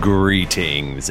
Greetings,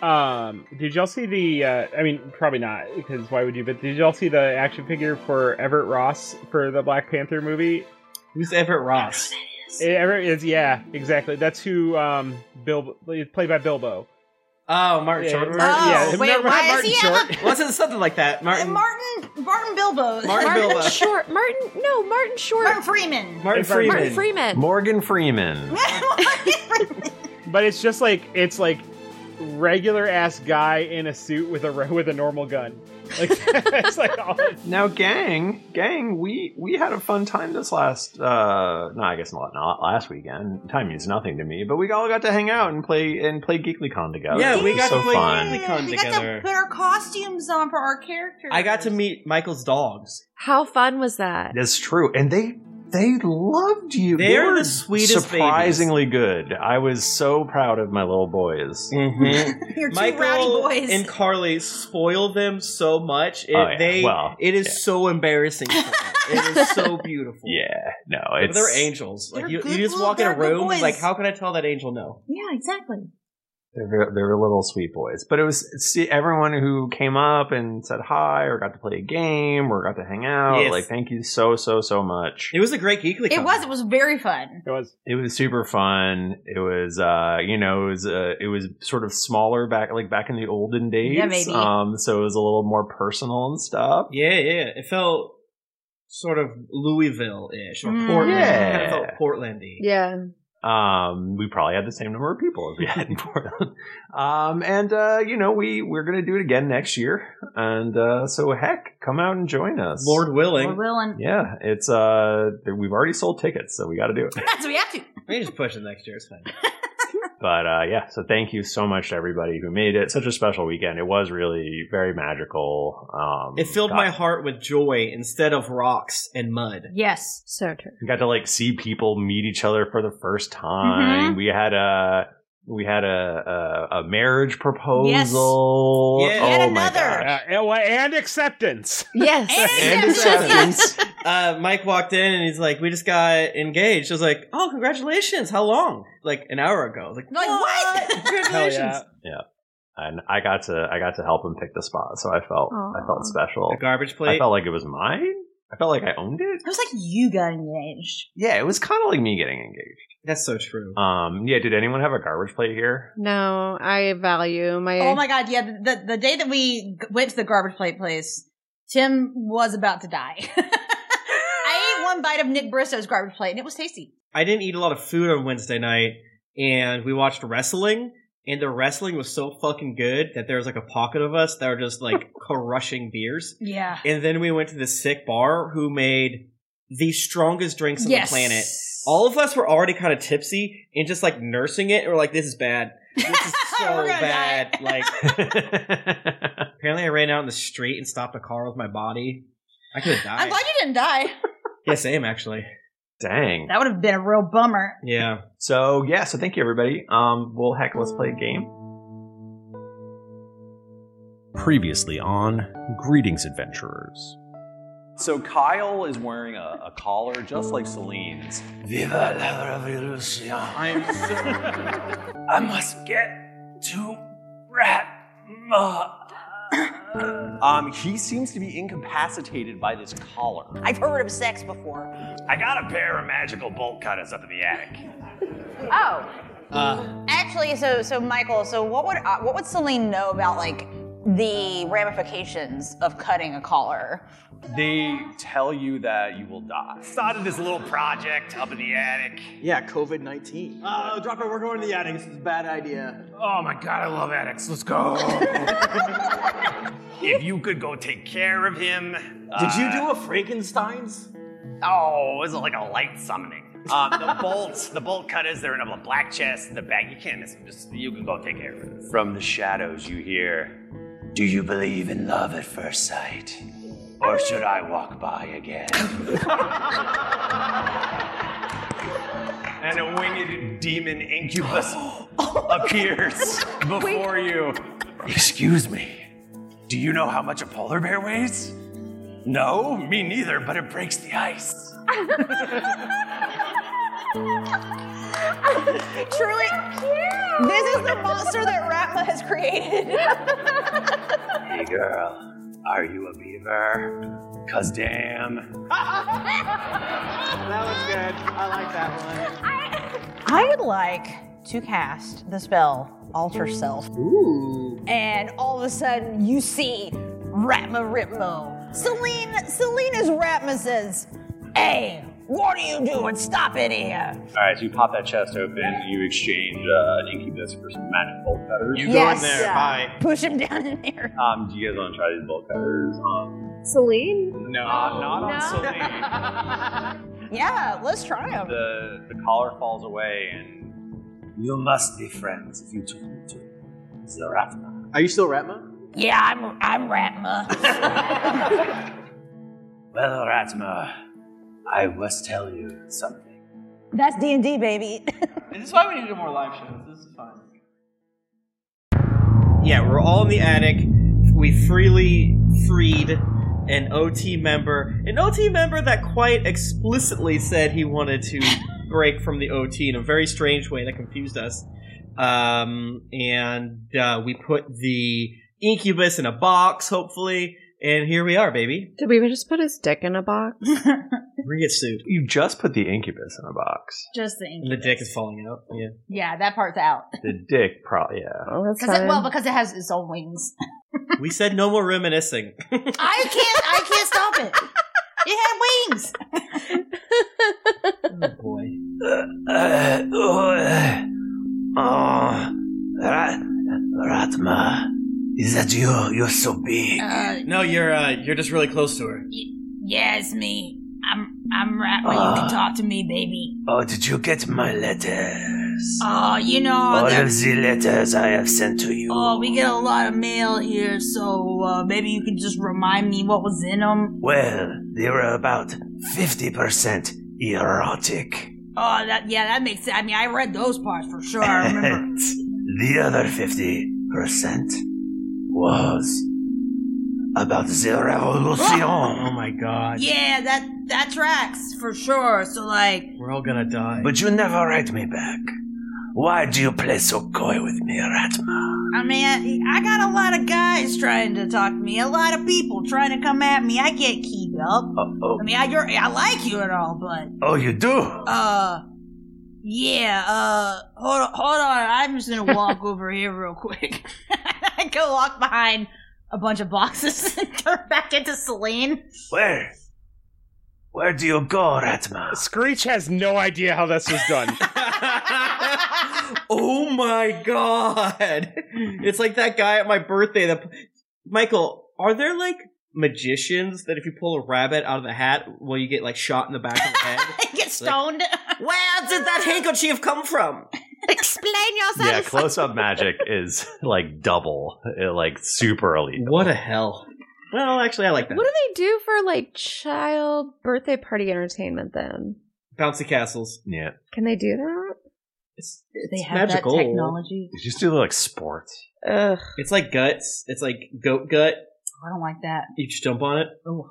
Um, did y'all see the? Uh, I mean, probably not because why would you? But did y'all see the action figure for Everett Ross for the Black Panther movie? Who's Everett Ross? Eh, Everett is yeah, exactly. That's who um Bilbo played by Bilbo. Oh, Martin Yeah, Short. Martin- yeah, Oh, not- wait, not why is Martin he Short. Wasn't it something like that? And Martin. Martin Martin Bilbo. Martin Bilbo. Short. Martin. No, Martin Short. Martin Freeman. Martin It's Martin Freeman. Martin Freeman. Morgan Freeman. But it's just like it's like regular ass guy in a suit with a ro- with a normal gun. Like that's like all. Now, gang, gang, we we had a fun time this last. uh No, I guess not. Not last weekend. Time means nothing to me. But we all got to hang out and play and play GeeklyCon together. Yeah, It we was got so to play fun. Geekly- Yeah, we got together. to put our costumes on for our characters. I got to meet Michael's dogs. How fun was that? That's true, and they they loved you. They They're were the sweetest surprisingly good. I was so proud of my little boys. Mm-hmm. You're two Michael rowdy boys. and Carly spoil them so much. It, Oh, yeah. They. Well, it is yeah. so embarrassing. For them. it is so beautiful. Yeah, no, But it's They're angels. Like They're you, you good just little- walk in a they're good room, boys. like how can I tell that angel no? yeah, exactly. They're ver- they're little sweet boys. But it was see everyone who came up and said hi or got to play a game or got to hang out. Yes. Like thank you so so so much. It was a great geekly. It was. It was very fun. It was It was super fun. It was uh you know it was uh, it was sort of smaller back like back in the olden days. Yeah, baby. Um, so it was a little more personal and stuff. Yeah, yeah. It felt sort of Louisville ish or Mm. Portland. Yeah. It kind of felt Portlandy. Yeah. Um, we probably had the same number of people as we had in Portland. Um, and uh, you know we we're gonna do it again next year. And uh, so heck, come out and join us, Lord willing, We're willing. Yeah, it's uh we've already sold tickets, so we got to do it. That's what we have to. we can just push it next year. It's fine. But uh yeah, so thank you so much to everybody who made it such a special weekend. It was really very magical. Um It filled got, my heart with joy instead of rocks and mud. Yes. So true. got to like see people meet each other for the first time. We had a we had a a, a marriage proposal. Yes. Yeah. Oh Yet my another. gosh. uh, and acceptance. Yes. And And acceptance. Uh, Mike walked in and he's like, "We just got engaged." I was like, "Oh, congratulations! How long? Like an hour ago." I was like, Like, what? Hell Congratulations! yeah. and I got to I got to help him pick the spot, so I felt I Aw. felt special. The garbage I plate. felt like it was mine. I felt like I owned it. It was like you got engaged. Yeah, it was kind of like me getting engaged. That's so true. Um, yeah, did anyone have a garbage plate here? No, I value my. Oh my god! Yeah, the, the the day that we g- went to the garbage plate place, Tim was about to die. I ate one bite of Nick Bristow's garbage plate, and it was tasty. I didn't eat a lot of food on Wednesday night, and we watched wrestling. And the wrestling was so fucking good that there was like a pocket of us that were just like crushing beers. Yeah. And then we went to this sick bar who made the strongest drinks on yes. the planet. All of us were already kind of tipsy and just like nursing it. And we're like, this is bad. This is so We're gonna bad. die. Like, apparently I ran out in the street and stopped a car with my body. I could have I'm died. glad you didn't die. yeah, same actually. Dang. That would have been a real bummer. Yeah. So yeah, so thank you everybody. Um, well heck, let's play a game. Previously on Greetings Adventurers. So Kyle is wearing a, a collar just like Celine's. Viva la revolution. I am so... I must get to Ratma. um, he seems to be incapacitated by this collar. I've heard of sex before. I got a pair of magical bolt cutters up in the attic. Oh, Uh, actually, so so Michael, so what would uh, what would Celine know about like the ramifications of cutting a collar? They tell you that you will die. Started this little project up in the attic. Yeah, COVID 19. uh, Oh, drop it. We're going to the attic. This is a bad idea. Oh my god, I love attics. Let's go. if you could go take care of him. uh, Did you do a Frankenstein's? Oh, it was like a light summoning. Um, the bolts, the bolt cutters, they're in a black chest in the back. You can't miss them. Just you can go take care of it. From the shadows, you hear Do you believe in love at first sight? Or should I walk by again? And a winged demon incubus appears before you. Excuse me. Do you know how much a polar bear weighs? No, me neither, but it breaks the ice. Truly, this is the monster that Ratma has created. Hey, girl, are you a beaver? Cause damn. That was good. I like that one. I would like to cast the spell Alter Self. Ooh. And all of a sudden, you see Ratma Ripmo. Celine, Selena's Ratma says, Hey, what are you doing? Stop it here. All right, so you pop that chest open. You exchange uh, an incubus for some magic bolt cutters. You go in there. Bye. Push him down in there. Um, do you guys want to try these bolt cutters? Um, Celine? no, not on Celine. Yeah, let's try him. the the collar falls away, and you must be friends if you two need to. It's the Rathma. Are you still Ratma? Yeah, I'm I'm Ratma. Well, Ratma, I must tell you something. That's D and D, baby. This is why we need to do more live shows. This is fun. Yeah, we're all in the attic. We freely freed an OT member, an OT member that quite explicitly said he wanted to break from the OT in a very strange way that confused us. Um, and uh, we put the incubus in a box, hopefully, and here we are, baby. Did we just put his dick in a box? We get sued. You just put the incubus in a box. Just the ink. The dick is falling out. Yeah. Yeah, that part's out. The dick, probably. Yeah. Oh, that's Because it, fine. well, because it has its own wings. we said no more reminiscing. I can't. I can't stop it. It had wings. Uh, oh, oh, Ra- Ratma, is that you? You're so big. Uh, no, you're uh, you're just really close to her. yeah, it's me. I'm. I'm Ratma. You Ah. can talk to me, baby. Oh, did you get my letters? Oh, you know. All of the letters I have sent to you. Oh, we get a lot of mail here, so uh, maybe you could just remind me what was in them. Well, they were about 50% erotic. Oh, that yeah, that makes sense. I mean, I read those parts for sure. I remember. And the other 50% was about the Oh revolution. my god. yeah, that that tracks for sure. So like, We're all gonna die. But you never write me back. Why do you play so coy with me, Ratma? I mean, I got a lot of guys trying to talk to me, a lot of people trying to come at me. I can't keep up. Oh, oh, I mean, I you're, I like you and all, but oh you do? uh, yeah. Uh, hold on, hold on. I'm just gonna walk over here real quick. I go walk behind a bunch of boxes and turn back into Celine. Where? Where do you go, Ratma? Screech has no idea how this was done. oh my god! It's like that guy at my birthday. That Michael, are there like magicians that if you pull a rabbit out of the hat, will you get like shot in the back of the head? I get stoned. Where did that handkerchief come from? Explain yourself. Yeah, close up magic is like double, uh, like super elite. What a hell! Well, actually, I like that. what do they do for like child birthday party entertainment then? Bouncy castles. Yeah, Can they do that? It's, it's magical. you just do like sports. Ugh. It's like guts. It's like goat gut. I don't like that. You just jump on it. Oh,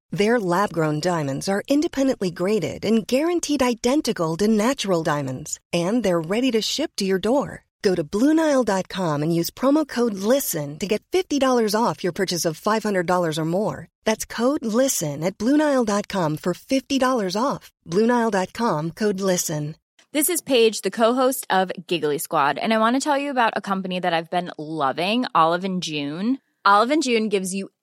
Their lab grown diamonds are independently graded and guaranteed identical to natural diamonds, and they're ready to ship to your door. Go to BlueNile.com and use promo code LISTEN to get $50 off your purchase of $500 or more. That's code LISTEN at BlueNile.com for $50 off. BlueNile.com code LISTEN. This is Paige, the co-host of Giggly Squad, and I want to tell you about a company that I've been loving, Olive and June. Olive and June gives you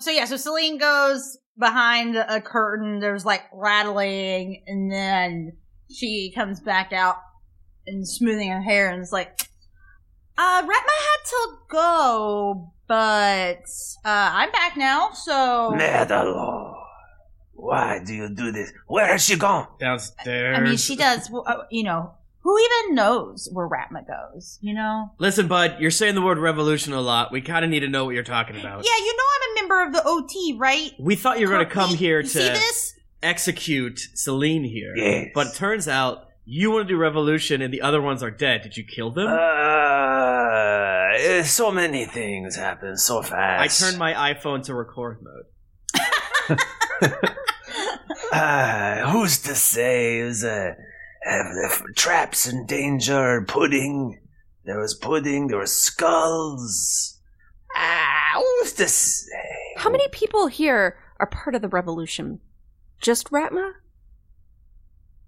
So yeah, so Celine goes behind a curtain. There's like rattling, and then she comes back out and smoothing her hair, and is like, "Uh, Ratma had to go, but uh, I'm back now. So Madalore, why do you do this? Where has she gone? Downstairs. I mean, she does. well, uh, You know, who even knows where Ratma goes? You know? Listen, bud, you're saying the word revolution a lot. We kind of need to know what you're talking about. Yeah, you know I'm a member of the OT, right? We thought you were going to come here see to this? execute Celine here. Yes. But it turns out you want to do revolution and the other ones are dead. Did you kill them? Uh, eh, so many things happen so I fast. turned my iPhone to record mode. Ah, who's to say? It was uh, have left traps in danger. Pudding. There was pudding. There were skulls. Ah, who's to say? How many people here are part of the revolution? Just Ratma?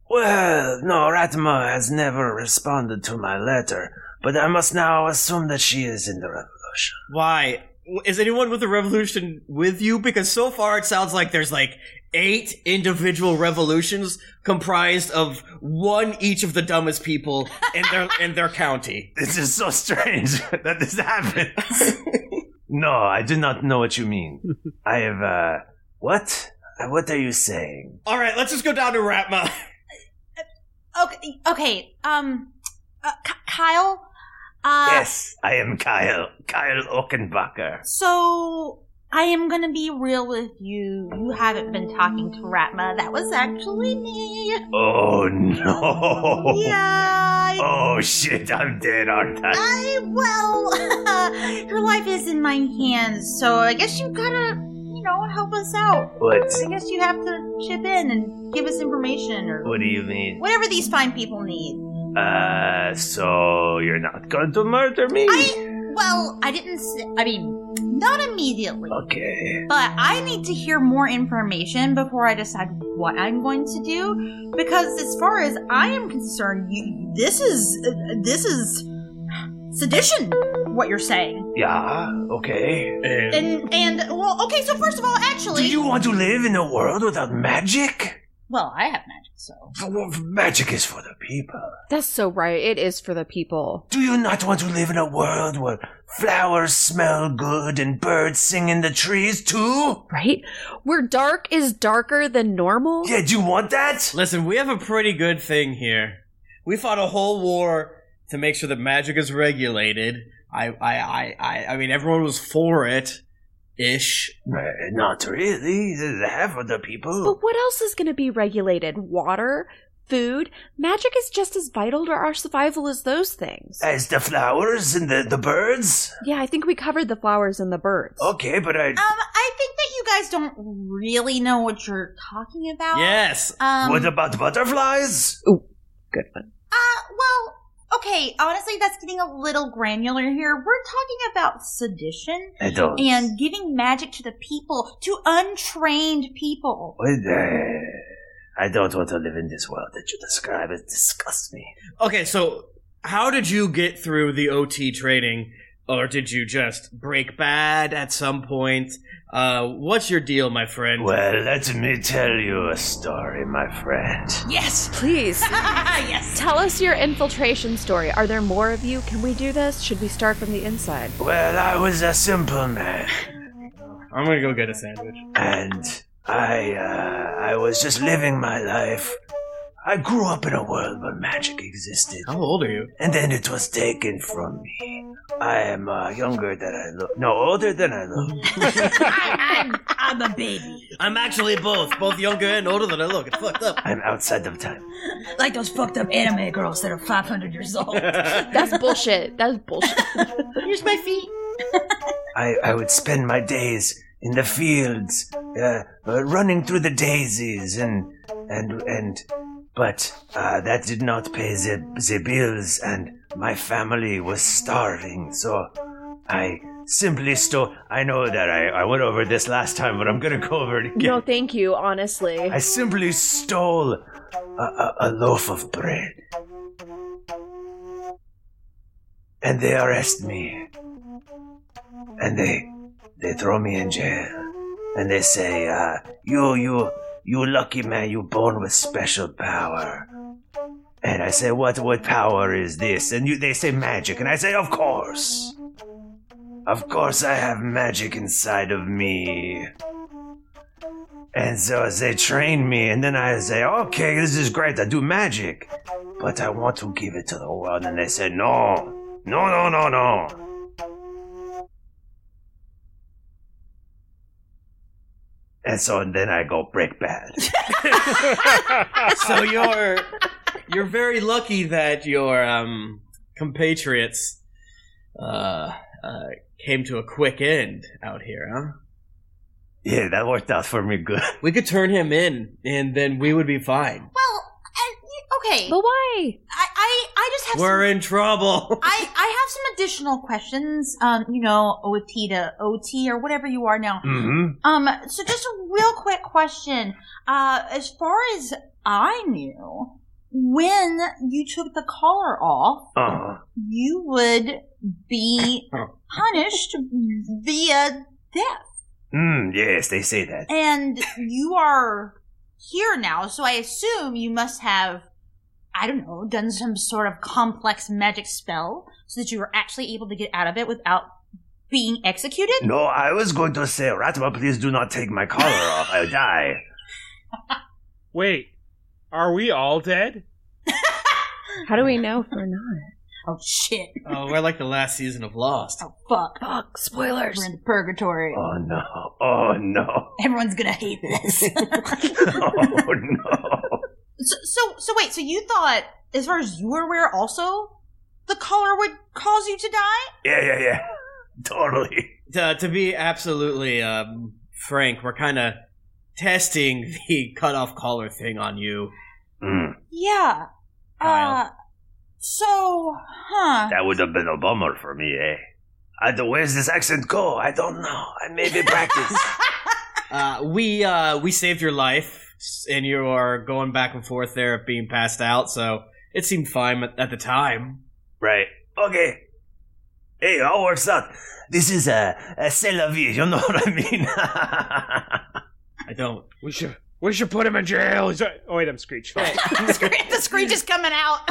Well, no, Ratma has never responded to my letter, but I must now assume that she is in the revolution. Why? Is anyone with the revolution with you? Because so far it sounds like there's like eight individual revolutions comprised of one each of the dumbest people in their in their county. This is so strange that this happened. No, I do not know what you mean. I have, uh, what? Uh, What are you saying? All right, let's just go down to Ratma. Okay, okay. Um, uh, K- Kyle. Uh, yes, I am Kyle. Kyle Ochenbacher. So I am gonna be real with you. You haven't been talking to Ratma. That was actually me. Oh no. Yeah. I- Oh shit, I'm dead, aren't I? I well, your life is in my hands, so I guess you gotta, you know, help us out. What? I guess you have to chip in and give us information or What do you mean? whatever these fine people need. Uh, so you're not going to murder me? I well, I didn't. Say, I mean, not immediately. Okay. But I need to hear more information before I decide what I'm going to do, because as far as I am concerned, you, this is uh, this is sedition. What you're saying, Yeah, okay. um, and and well, okay. So first of all, actually, do you want to live in a world without magic? Well, I have magic, so Magic is for the people. That's so right. It is for the people. Do you not want to live in a world where flowers smell good and birds sing in the trees too? Right? Where dark is darker than normal? Yeah, do you want that? Listen, we have a pretty good thing here. We fought a whole war to make sure that magic is regulated. I I I I, I mean everyone was for it ish. Not really. The Half of the people. But what else is going to be regulated? Water? Food? Magic is just as vital to our survival as those things. As the flowers and the, the birds? Yeah, I think we covered the flowers and the birds. Okay, but I. um, I think that you guys don't really know what you're talking about. yes! Um, what about butterflies? Ooh, Oh, good one. Uh, well, okay, honestly, that's getting a little granular here. We're talking about sedition Adults. and giving magic to the people, to untrained people. What the- uh, I don't want to live in this world that you describe. It disgusts me. Oh, Okay, so How did you get through the OT training, or did you just break bad at some point? Uh, what's your deal, my friend? Well, let me tell you a story, my friend. Yes, please. yes. Tell us your infiltration story. Are there more of you? Can we do this? Should we start from the inside? Well, I was a simple man, I'm gonna go get a sandwich. and I, uh, I was just living my life. I grew up in a world where magic existed. How old are you? And then it was taken from me. I am uh, younger than I look. No, older than I look. I'm, I'm a baby, I'm actually both, both younger and older than I look. It's fucked up. I'm outside of time. like those fucked up anime girls that are 500 years old. That's bullshit. That's bullshit. Here's my feet. I, I would spend my days in the fields, uh, uh, running through the daisies, and and and. But uh, that did not pay the, the bills, and my family was starving. So I simply stole. I know that I, I went over this last time, but I'm gonna go over it again. No, thank you, honestly. I simply stole a, a, a loaf of bread. And they arrest me. And they they throw me in jail. And they say, uh, you you you lucky man, you born with special power. And I say, what what power is this? And you they say magic, and I say, of course. Of course I have magic inside of me. And so as they train me, and then I say, okay, this is great, I do magic. But I want to give it to the world. And they say, no, no, no, no, no. And so then I go break bad. so you're you're very lucky that your um, compatriots uh, uh, came to a quick end out here, huh? Yeah, that worked out for me good. We could turn him in, and then we would be fine. Well, and, okay. But why? I, I, I just have We're some, in trouble. I, I have some additional questions. Um, you know, OT to OT or whatever you are now. Mm. Mm-hmm. Um, so just a real quick question. Uh, as far as I knew, when you took the collar off, Uh-huh. you would be punished via death. Mm, yes, they say that. And you are here now, so I assume you must have, I don't know, done some sort of complex magic spell so that you were actually able to get out of it without being executed? No, I was going to say, Ratma, please do not take my collar off. I'll die. Wait, are we all dead? How do we know if we're not? Oh, shit. Oh, we're like the last season of Lost. Fuck. Fuck, spoilers. We're in purgatory. Oh, no. Oh, no. Everyone's gonna hate this. oh, no. So, so, so wait, so you thought, as far as you were aware, also, the collar would cause you to die? Yeah, yeah, yeah. Totally. To, to be absolutely um, frank, we're kind of testing the cutoff collar thing on you. Mm. Yeah. Uh, so, huh. That would have been a bummer for me, eh? I don't, where's this accent go? I don't know. I maybe practice. Uh, we uh, we saved your life, s- and you are going back and forth there, being passed out. So it seemed fine at, at the time. right. Okay. Hey, it all works out. This is a, a c'est la vie, you know what I mean? I don't. We should we should put him in jail. He's a- oh wait, I'm Screech. the screech is coming out.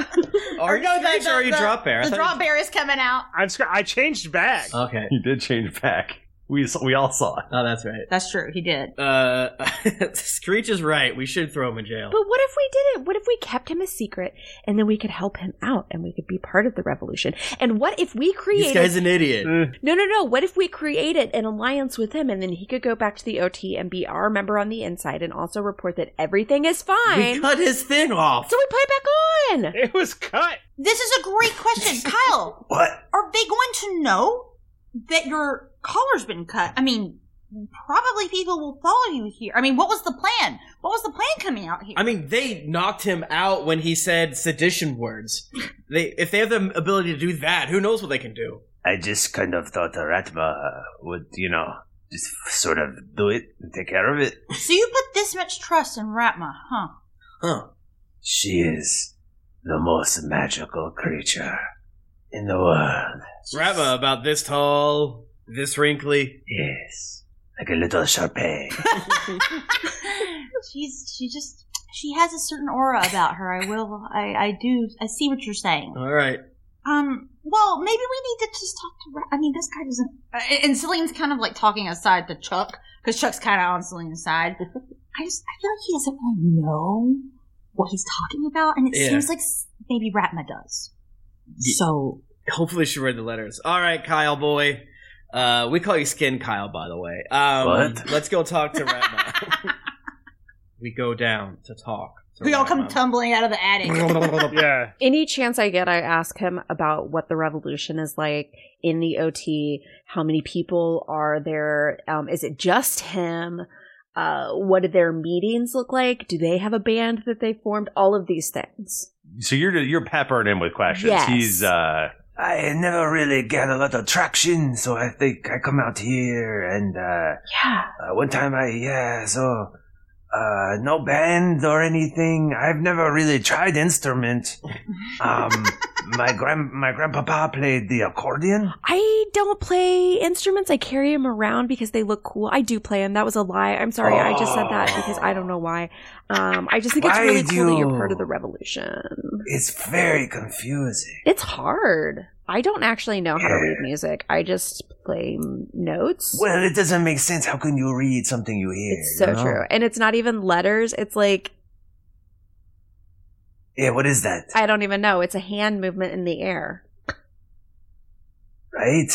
Are Or you no, Screech or are you Drop Bear? I The thought drop bear is coming out. I'm Scr- I changed back. Okay. He did change back. We s- we all saw it. Oh, that's right. That's true. He did. Uh, Screech is right. We should throw him in jail. But what if we did it? What if we kept him a secret and then we could help him out and we could be part of the revolution? And what if we This created guy's an idiot. Eh. No, no, no. What if we created an alliance with him and then he could go back to the OT and be our member on the inside and also report that everything is fine? We cut his thing off. So we put it back on. It was cut. This is a great question, Kyle. What? Are they going to know that your collar's been cut? I mean, probably people will follow you here. I mean, what was the plan? What was the plan coming out here? I mean, they knocked him out when he said sedition words. They, if they have the ability to do that, who knows what they can do? I just kind of thought Aratma would, you know, just sort of do it and take care of it. so you put this much trust in Ratma, huh? Huh. She is the most magical creature in the world. Ratma, about this tall, this wrinkly. Yes. Like a little Sharpay. She's she just she has a certain aura about her. I will. I I do. I see what you're saying. All right. Um. Well, maybe we need to just talk to. Ra- I mean, this guy doesn't. Uh, and Celine's kind of like talking aside to Chuck because Chuck's kind of on Celine's side. I just I feel like he doesn't really know what he's talking about, and it Yeah. seems like s- maybe Ratma does. Oh, So hopefully she read the letters. All right, Kyle boy. Uh, we call you Skin Kyle, by the way. Um, What? Let's go talk to Ratma. we go down to talk. To we all Ratma. come tumbling out of the attic. yeah. Any chance I get, I ask him about what the revolution is like in the OT. How many people are there? Um, is it just him? Uh, what do their meetings look like? Do they have a band that they formed? All of these things. So you're you're peppered in with questions. Yes. He's uh I never really get a lot of traction, so I think I come out here and uh, yeah. Uh, one time I yeah, so uh, no band or anything. I've never really tried instrument. Um, my grand my grandpapa played the accordion. I don't play instruments. I carry them around because they look cool. I do play them. That was a lie. I'm sorry. I just said that because I don't know why. Um, I just think it's Why really do cool that you're you- part of the revolution. It's very confusing. It's hard. I don't actually know how to read music. I just play m- notes. Well, it doesn't make sense. How can you read something you hear? It's so you know? true. And it's not even letters. It's like, Yeah, what is that? I don't even know. It's a hand movement in the air. Right?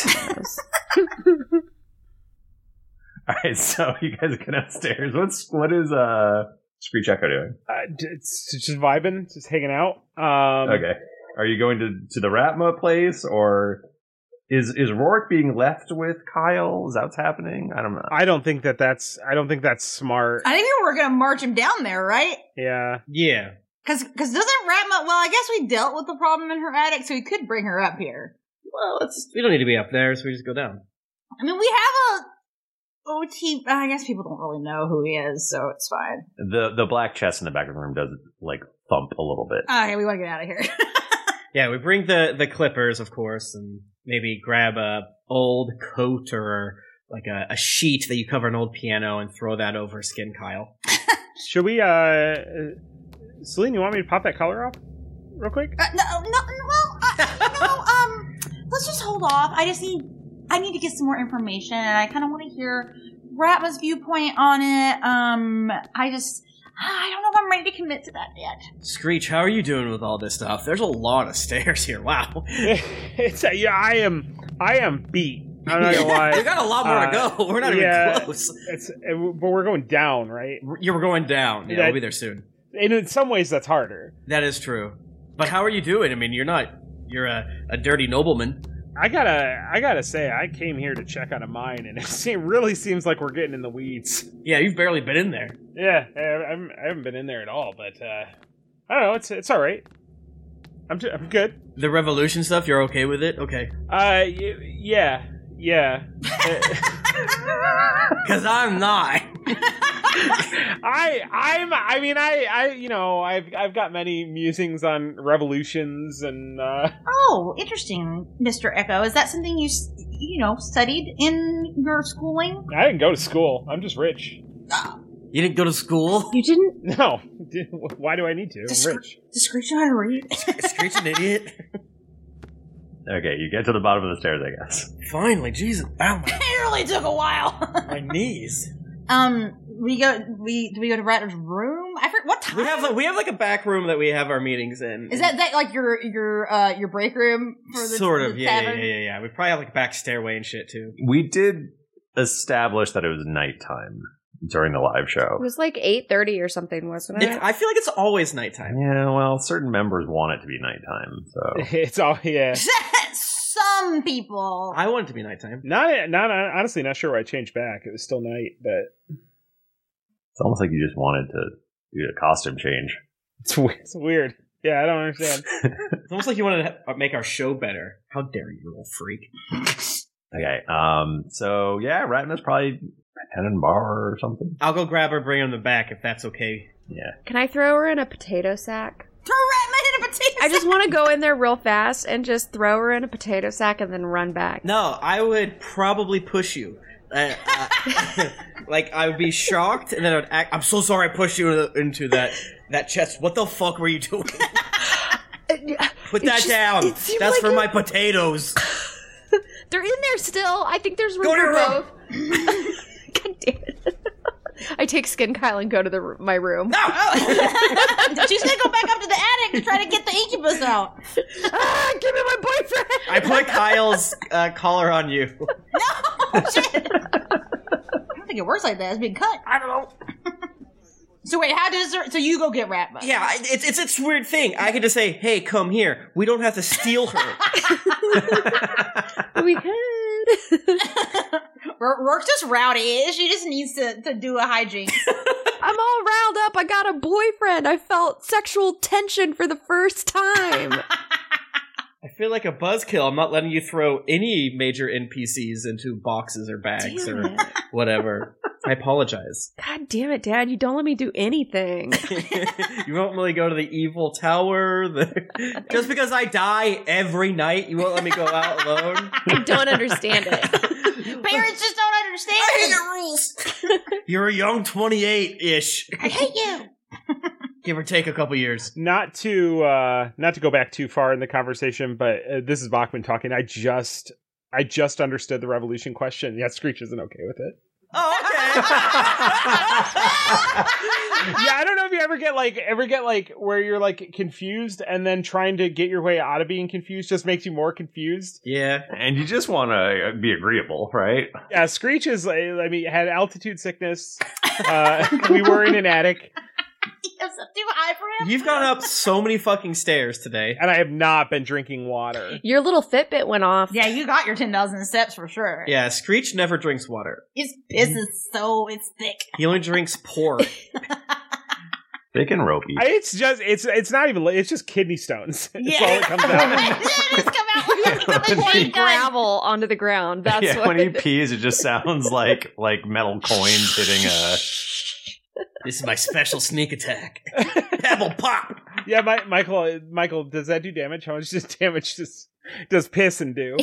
all right, so you guys are going upstairs. What's what is uh Screech Echo doing? Uh, d- it's it's just vibing, just hanging out. Um, okay. Are you going to to the Ratma place or is is Rourke being left with Kyle? Is that what's happening? I don't know. I don't think that that's. I don't think that's smart. I think we were gonna march him down there, right? Yeah. Yeah. Because because doesn't Ratma? Well, I guess we dealt with the problem in her attic, so we could bring her up here. Well, let's. We don't need to be up there, so we just go down. I mean, we have a OT. I guess people don't really know who he is, so it's fine. The the black chest in the back of the room does like thump a little bit. Okay, we want to get out of here. Yeah, we bring the the clippers, of course, and maybe grab a old coat or like a, a sheet that you cover an old piano and throw that over Skin Kyle. Should we? uh, uh Celine, you want me to pop that collar off real quick? Uh, no, no, no, well, uh, no. Um, let's just hold off. I just need, I need to get some more information, and I kind of want to hear Ratma's viewpoint on it. Um, I just, I don't know if I'm ready to commit to that yet. Screech, how are you doing with all this stuff? There's a lot of stairs here. Wow. it's a, yeah. I am. I am beat. I'm not gonna lie. We got a lot more to Uh, go. We're not even yeah, close. It's, uh, but we're going down, right? Yeah, we're going down. Yeah, That- we'll be there soon. And in some ways, that's harder. That is true. But how are you doing? I mean, you're not. You're a, a dirty nobleman. I gotta, I gotta say, I came here to check on a mine, and it se- really seems like we're getting in the weeds. Yeah, you've barely been in there. Yeah, I, I haven't- I haven't been in there at all, but uh, I don't know. It's it's all right. I'm ju- I'm good. The revolution stuff, you're okay with it? Okay. Uh, y- yeah, yeah. Because I'm not. I I'm I mean I I you know I've I've got many musings on revolutions and uh, Oh, interesting, Mister Echo. Is that something you, s- you know, studied in your schooling? I didn't go to school. I'm just rich. You didn't go to school. You didn't? No. Did- Why do I need to? I'm rich. Discretion, I read. Screech an idiot. Okay, you get to the bottom of the stairs, I guess. Finally, Jesus. Ow, my, it really took a while. my knees. Um, we go. We do we go to Ratma's room? I forget what time. We have like we have like a back room that we have our meetings in. Is that that like your your uh your break room for the sort of? the Yeah, yeah, tavern? yeah, yeah, yeah. We probably have like a back stairway and shit too. We did establish that it was nighttime during the live It show. was like 8.30 or something, wasn't it? Yeah, I feel like it's always nighttime. Yeah, well, certain members want it to be nighttime, so it's all yeah. Some people. I want it to be nighttime. Not not honestly not sure why I changed back. It was still night, but It's almost like you just wanted to do a costume change. It's weird. It's weird. Yeah, I don't understand. It's almost like you want to ha- make our show better. How dare you, little freak! Okay, um, so yeah, Ratna's probably at a bar or something. I'll go grab her, bring her in the back if that's okay. Yeah. Can I throw her in a potato sack? Throw Ratma in a I just want to go in there real fast and just throw her in a potato sack and then run back. No, I would probably push you. Uh, uh, like I would be shocked, and then I would act. I'm so sorry I pushed you into that that chest. What the fuck were you doing? Put that just- down. it That's seemed like for it- my potatoes. They're in there still. I think there's room Go to for your room. both. God damn it. I take Skin Kyle and go to the r- my room. No! She's gonna go back up to the attic to try to get the incubus out. Ah, give me my boyfriend. I put Kyle's uh, collar on you. I don't think it works like that. It's being cut. I don't know. so wait, how does her? So you go get Ratma? Yeah, I- it's it's it's weird thing. I could just say, "Hey, come here." We don't have to steal her. we could. R- Rourke's just rowdy. She just needs to, to do a hijinks. I'm all riled up. I got a boyfriend. I felt sexual tension for the first time. I feel like a buzzkill. I'm not letting you throw any major NPCs into boxes or bags Damn or it. whatever. I apologize. God damn it, Dad. You don't let me do anything. You won't really go to the evil tower. The... Just because I die every night, you won't let me go out alone. I don't understand it. Parents just don't understand. I hate your rules. You're a young 28 ish, I hate you. give or take a couple years. Not to uh, not to go back too far in the conversation, but uh, this is Bachman talking. I just I just understood the revolution question. Yeah, Screech isn't okay with it. yeah, I don't know if you ever get like ever get like where you're like confused and then trying to get your way out of being confused just makes you more confused. Yeah. And you just want to be agreeable, right? Yeah, Screech is like, I mean had altitude sickness. Uh, we were in an attic. It's too high for him. You've gone up so many fucking stairs today. And I have not been drinking water. Your little Fitbit went off. Yeah, you got your ten thousand steps for sure. Yeah, Screech never drinks water. His Mm-hmm. piss is so it's thick. He only drinks pork. Thick and ropey. I- It's just it's it's not even it's just kidney stones. That's all it comes out. Pouring gravel onto the ground. That's yeah, what when he pees, it just sounds like like metal coins hitting a. This is my special sneak attack. Yeah, my, Michael Michael, does that do damage? How much does damage does does piss and do?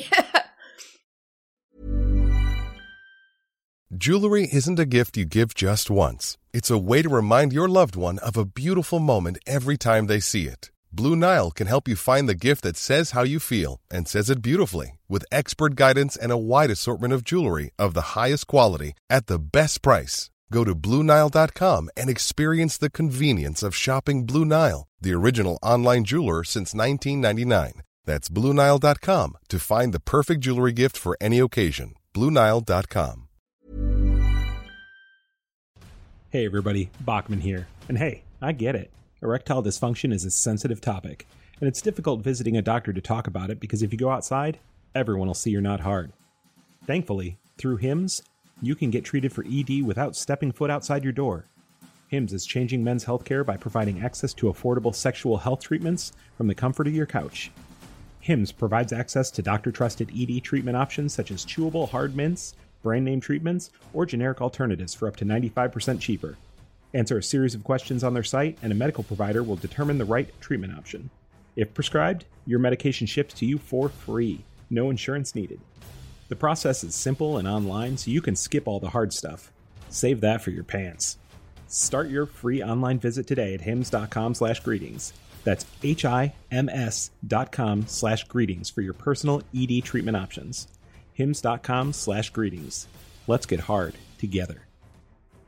Jewelry isn't a gift you give just once. It's a way to remind your loved one of a beautiful moment every time they see it. Blue Nile can help you find the gift that says how you feel and says it beautifully with expert guidance and a wide assortment of jewelry of the highest quality at the best price. Go to BlueNile.com and experience the convenience of shopping Blue Nile, the original online jeweler since 1999. That's BlueNile.com to find the perfect jewelry gift for any occasion. BlueNile.com. Hey, everybody, Bachman here. And hey, I get it. Erectile dysfunction is a sensitive topic, and it's difficult visiting a doctor to talk about it because if you go outside, everyone will see you're not hard. Thankfully, through HIMS, you can get treated for ED without stepping foot outside your door. HIMS is changing men's healthcare by providing access to affordable sexual health treatments from the comfort of your couch. HIMS provides access to doctor trusted ED treatment options such as chewable hard mints, brand name treatments, or generic alternatives for up to 95% cheaper. Answer a series of questions on their site, and a medical provider will determine the right treatment option. If prescribed, your medication ships to you for free, no insurance needed. The process is simple and online, so you can skip all the hard stuff. Save that for your pants. Start your free online visit today at hims.com slash greetings. That's H-I-M-S dot com slash greetings for your personal ED treatment options. hims.com slash greetings. Let's get hard together.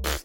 Pfft,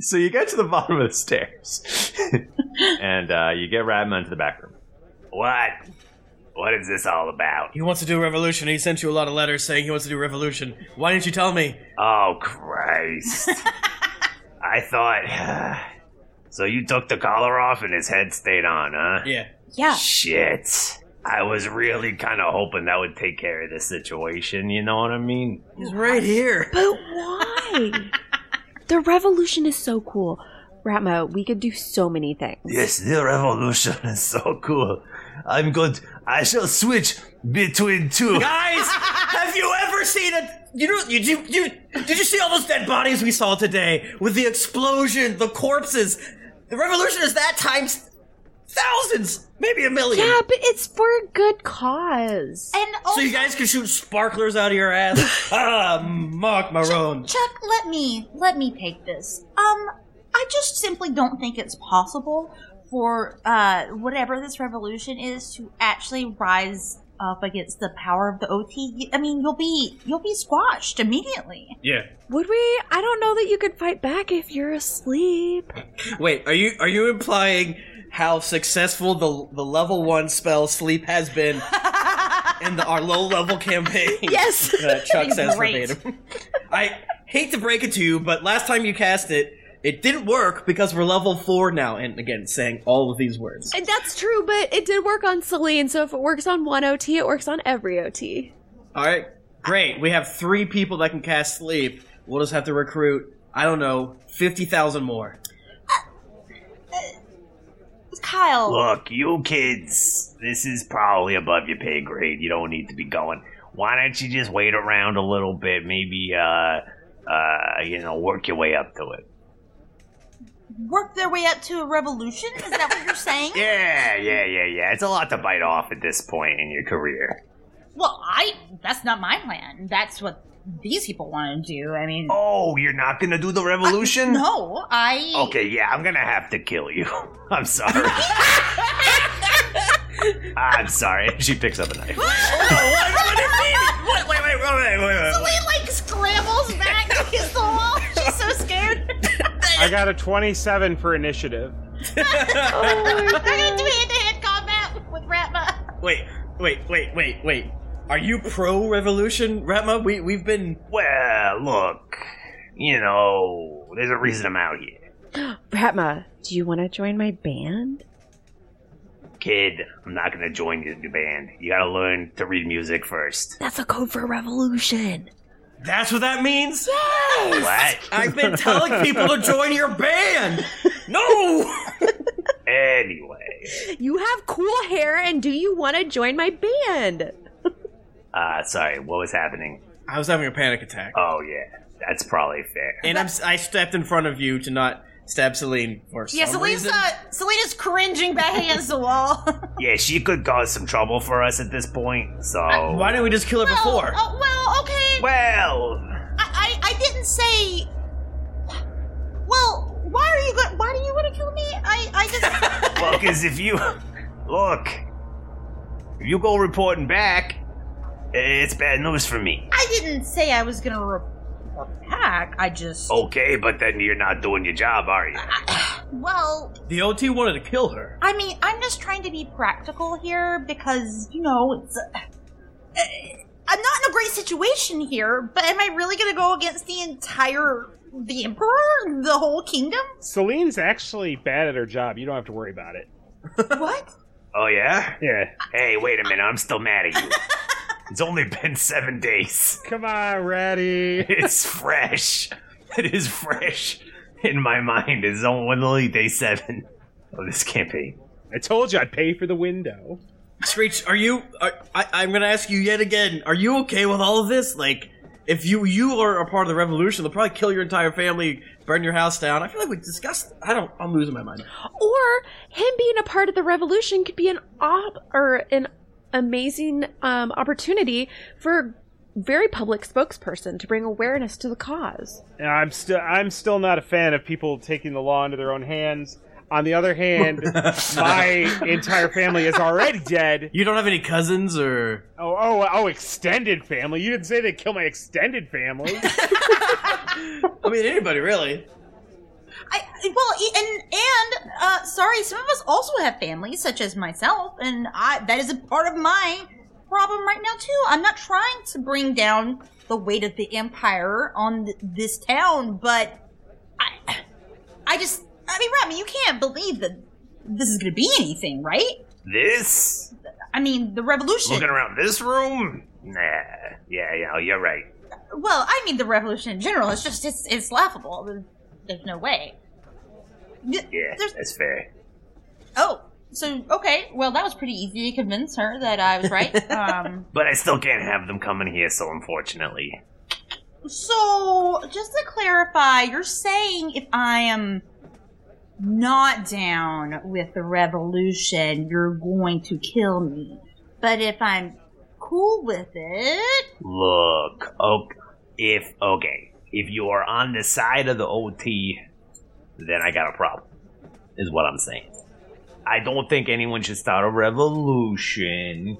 So you get to the bottom of the stairs, and uh, you get Radma into the back room. What? What is this all about? He wants to do revolution. He sent you a lot of letters saying he wants to do revolution. Why didn't you tell me? Oh, Christ. I thought. so you took the collar off and his head stayed on, huh? Yeah. Yeah. Shit. I was really kind of hoping that would take care of the situation, you know what I mean? He's right here. But why? the revolution is so cool. Ratmo, we could do so many things. Yes, the revolution is so cool. I'm good. I shall switch between two. Guys, have you ever seen a you know you, you you did you see all those dead bodies we saw today with the explosion, the corpses? The revolution is that times thousands, maybe a million. Yeah, but it's for a good cause. And So you guys can shoot sparklers out of your ass. ah, Mark Marone. Chuck, let me let me take this. Um, I just simply don't think it's possible for uh whatever this revolution is to actually rise up against the power of the OT. I mean, you'll be you'll be squashed immediately. Yeah. Would we? I don't know that you could fight back if you're asleep. Wait, are you are you implying how successful the the level one spell sleep has been in the, our low level campaign? Yes. that That'd Chuck be says great. verbatim. I hate to break it to you, but last time you cast it, it didn't work because we're level four now. And again, saying all of these words. And that's true, but it did work on Celine, so if it works on one OT, it works on every OT. All right, great. We have three people that can cast sleep. We'll just have to recruit. I don't know, fifty thousand more. Kyle. Look, you kids, this is probably above your pay grade. You don't need to be going. Why don't you just wait around a little bit? Maybe, uh, uh, you know, work your way up to it. Work their way up to a revolution? Is that what you're saying? Yeah, yeah, yeah, yeah. It's a lot to bite off at this point in your career. Well, I that's not my plan. That's what these people want to do. I mean, Oh, you're not gonna do the revolution? no, I Okay, yeah, I'm gonna have to kill you. I'm sorry. I'm sorry. She picks up a knife. Wait, wait, wait, wait, wait. Celine like scrambles back against the wall. She's so scared. I got a 27 for initiative. They're gonna do hand-to-hand combat with Ratma. Wait, wait, wait, wait, wait. Are you pro revolution, Ratma? We we've been well. Look, you know, there's a reason I'm out here. Ratma, do you want to join my band? Kid, I'm not gonna join your new band. You gotta learn to read music first. That's a code for revolution. That's what that means? Yes! What? I've been telling people to join your band! No! Anyway, You have cool hair, and do you want to join my band? uh, sorry, what was happening? I was having a panic attack. Oh yeah, that's probably fair. And I'm, s- I stepped in front of you to not stab Celine for Yeah, some Celine's reason. uh, Selena's cringing back against the wall. Yeah, she could cause some trouble for us at this point. So why didn't we just kill her Oh, oh, well, okay. Well, I, I, I didn't say. Well, why are you? Go- why do you want to kill me? I, I just. well, because if you look, if you go reporting back, it's bad news for me. I didn't say I was gonna re- attack. I just. Okay, but then you're not doing your job, are you? Well, The OT wanted to kill her. I mean, I'm just trying to be practical here because you know it's. Uh, I'm not in a great situation here, but am I really gonna go against the entire the emperor, the whole kingdom? Celine's actually bad at her job. You don't have to worry about it. Oh yeah? Yeah. Hey, wait a minute, I'm still mad at you. it's only been seven days. Come on, Ratty. It's fresh. It is fresh in my mind. It's only day seven of this campaign. I told you I'd pay for the window. Screech, are you? Are, I, I'm going to ask you yet again. Are you okay with all of this? Like, if you you are a part of the revolution, they'll probably kill your entire family, burn your house down. I feel like we discussed. I don't. I'm losing my mind. Or him being a part of the revolution could be an op or an amazing um, opportunity for very public spokesperson to bring awareness to the cause. And I'm still I'm still not a fan of people taking the law into their own hands. On the other hand, my entire family is already dead. You don't have any cousins or Oh, oh, oh! Extended family. You didn't say they kill my extended family. I mean, anybody really? I well, e- and and uh, sorry, some of us also have families, such as myself, and I that is a part of my problem right now too. I'm not trying to bring down the weight of the empire on th- this town, but I, I just, I mean, Rami, you can't believe that this is going to be anything, right? This? I mean, the revolution. Looking around this room? Nah. Yeah, yeah, you're right. Well, I mean, the revolution in general. It's just, it's, it's laughable. There's- There's no way. Yeah, that's fair. Oh, so okay. Well, that was pretty easy to convince her that I was right. um, But I still can't have them coming here, so unfortunately. so just to clarify, you're saying if I am not down with the revolution, you're going to kill me. But if I'm cool with it, Look, okay, if okay, if you are on the side of the OT, then I got a problem. Is what I'm saying. I don't think anyone should start a revolution.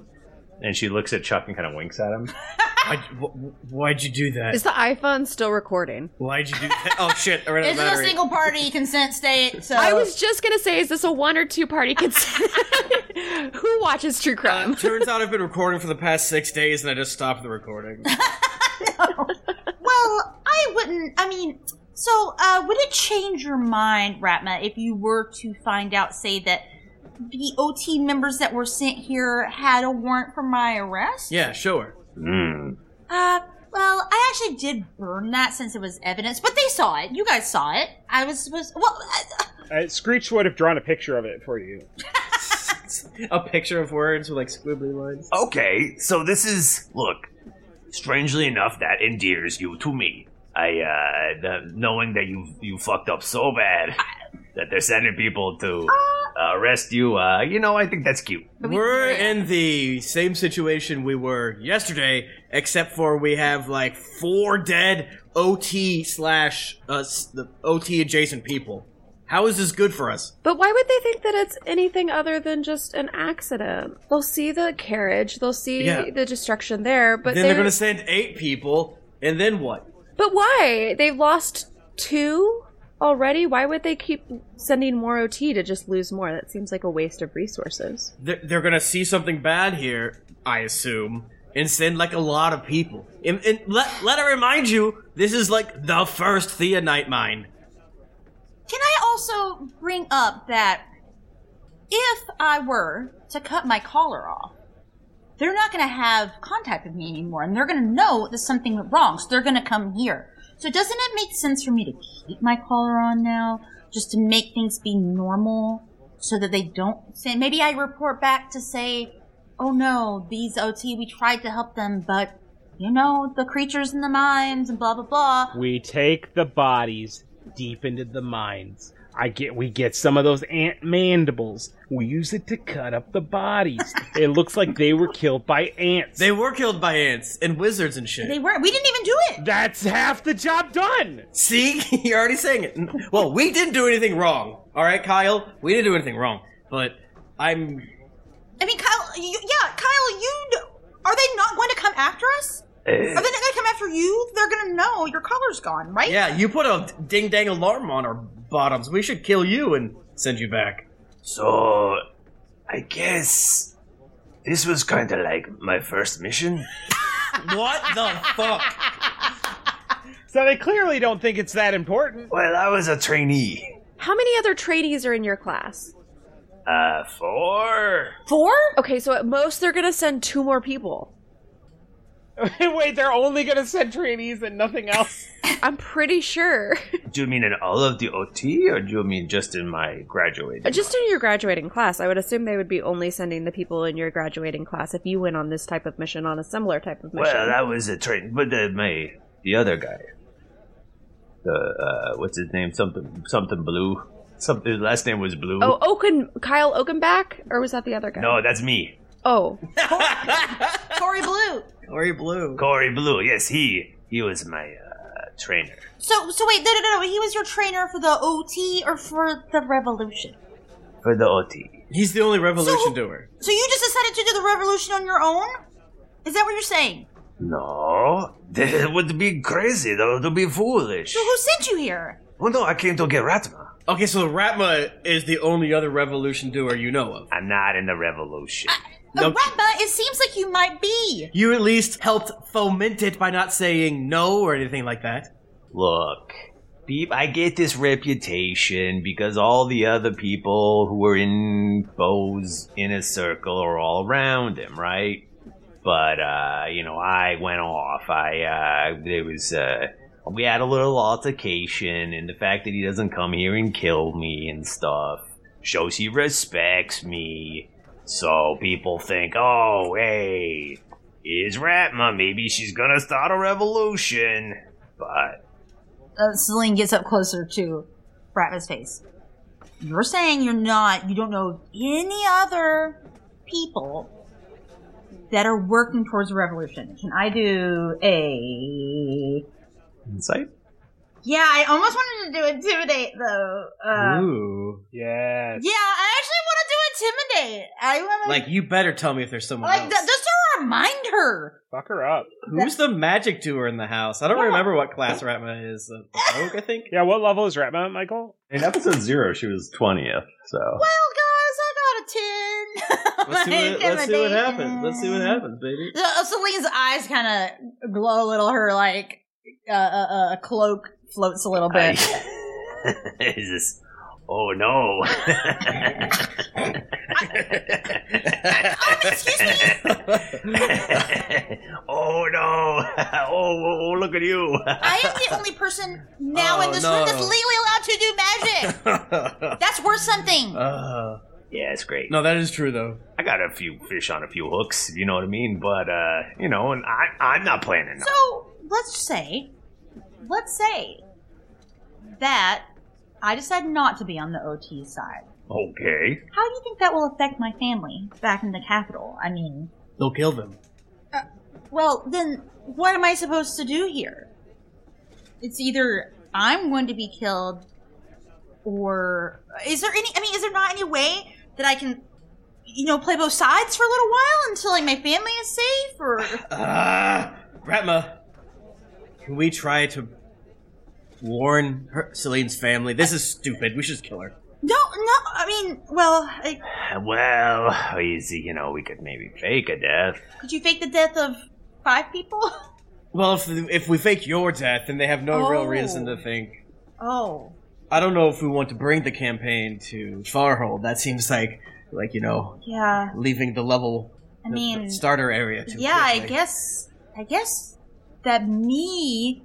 And she looks at Chuck and kind of winks at him. why'd, wh- why'd you do that? Is the iPhone still recording? Why'd you do that? Oh shit! I ran out of it's a battery. single party consent state. So I was just gonna say, is this a one or two party consent? Who watches true crime? Turns out I've been recording for the past six days, and I just stopped the recording. Well, I wouldn't. I mean, so uh, would it change your mind, Ratma, if you were to find out, say, that the OT members that were sent here had a warrant for my arrest? Yeah, sure. Hmm. Uh, well, I actually did burn that since it was evidence, but they saw it. You guys saw it. I was supposed. Well, Uh, Screech would have drawn a picture of it for you. a picture of words with like squibbly lines. Okay, so this is look. Strangely enough, that endears you to me. I uh, the, knowing that you you fucked up so bad that they're sending people to uh, arrest you. Uh, you know, I think that's cute. We're in the same situation we were yesterday, except for we have like four dead OT slash uh, s- the OT adjacent people. How is this good for us? But why would they think that it's anything other than just an accident? They'll see the carriage, they'll see Yeah. the destruction there, but then they're they're- going to send eight people, and then what? But why? They've lost two already. Why would they keep sending more OT to just lose more? That seems like a waste of resources. They're, they're going to see something bad here, I assume, and send like a lot of people. And, and let, let I remind you, this is like the first Theonite mine. Can I also bring up that if I were to cut my collar off, they're not going to have contact with me anymore, and they're going to know that something went wrong, so they're going to come here. So doesn't it make sense for me to keep my collar on now, just to make things be normal, so that they don't say? Maybe I report back to say, "Oh no, these OT, we tried to help them, but you know the creatures in the mines and blah blah blah." We take the bodies deep into the mines. I get we get some of those ant mandibles. We use it to cut up the bodies. it looks like they were killed by ants. They were killed by ants and wizards and shit. They were. We didn't even do it. That's half the job done. See, you're already saying it. Well, we didn't do anything wrong. All right, Kyle, we didn't do anything wrong. But I'm. I mean, Kyle, you, yeah, Kyle, you kn- are they not going to come after us? Eh. Are they not going to come after you? They're going to know your collar's gone, right? Yeah, you put a ding dang alarm on our bottoms. We should kill you and send you back. So, I guess this was kind of like my first mission. what the fuck? So they clearly don't think it's that important. Well, I was a trainee. How many other trainees are in your class? Uh, four. Four? Okay, so at most they're going to send two more people. Wait, they're only going to send trainees and nothing else. I'm pretty sure. Do you mean in all of the OT, or do you mean just in my graduating? Uh, Just in your graduating class, I would assume they would be only sending the people in your graduating class if you went on this type of mission on a similar type of mission. Well, that was a train, but the, my the other guy, the uh, what's his name? Something something blue. Something his last name was blue. Oh, Oaken Kyle Oakenback, or was that the other guy? no, that's me, Oh, Corey Blue. Corey Blue. Corey Blue. Yes, he he was my uh, trainer. So, so wait, no, no, no, no. He was your trainer for the OT or for the revolution. For the OT. He's the only revolution doer. So you just decided to do the revolution on your own? Is that what you're saying? No, that would be crazy. That would be foolish. So who sent you here? Well, no, I came to get Ratma. Okay, so Ratma is the only other revolution doer you know of. I'm not in the revolution. no, Ratma, it seems like you might be. you at least helped foment it by not saying no or anything like that. Look, peep, I get this reputation because all the other people who were in Bo's inner circle are all around him, right? But uh, you know, I went off. I uh, there was uh, we had a little altercation, and the fact that he doesn't come here and kill me and stuff shows he respects me. So people think, oh, hey, is Ratma? Maybe she's gonna start a revolution. But Uh, Celine gets up closer to Ratma's face. You're saying you're not, you don't know any other people that are working towards a revolution. Can I do a. Insight? Yeah, I almost wanted to do intimidate though. Uh, Ooh. Yes. yeah, I actually want to do intimidate. I want to. Like, you better tell me if there's someone Like, else. th- just to remind her. Fuck her up. Who's the magic doer in the house? I don't remember what class Ratma is. Uh, rogue, I think. Yeah, what level is Ratma, Michael? In episode zero, she was 20th, so. Well, guys, I got a 10. Let's see what, let's see what Intimidate. happens. Let's see what happens, baby. Uh, Celine's eyes kind of glow a little. Her, like, uh, uh, uh, cloak floats a little bit. is this? Oh no! oh no! Oh, oh, oh, look at you! I am the only person now Oh, in this no. room that's legally allowed to do magic. that's worth something. Uh, yeah, it's great. No, that is true though. I got a few fish on a few hooks. You know what I mean? But uh, you know, and I, I'm not planning. on- So let's say, let's say that I decide not to be on the OT side. okay. How do you think that will affect my family back in the capital? I mean, They'll kill them. well, then what am I supposed to do here? It's either I'm going to be killed or is there any? I mean, is there not any way that I can, you know, play both sides for a little while until like my family is safe? Or Ah, Ratma, can we try to warn her, Celine's family? This is stupid. We should just kill her. no, no. I mean, well, I, Well, easy. You know, we could maybe fake a death. could you fake the death of five people? Well, if, if we fake your death, then they have no Oh. real reason to think. Oh, I don't know if we want to bring the campaign to Farhold. That seems like, like you know, yeah. leaving the level, I the mean, starter area. Too yeah, I quickly. guess I guess that me,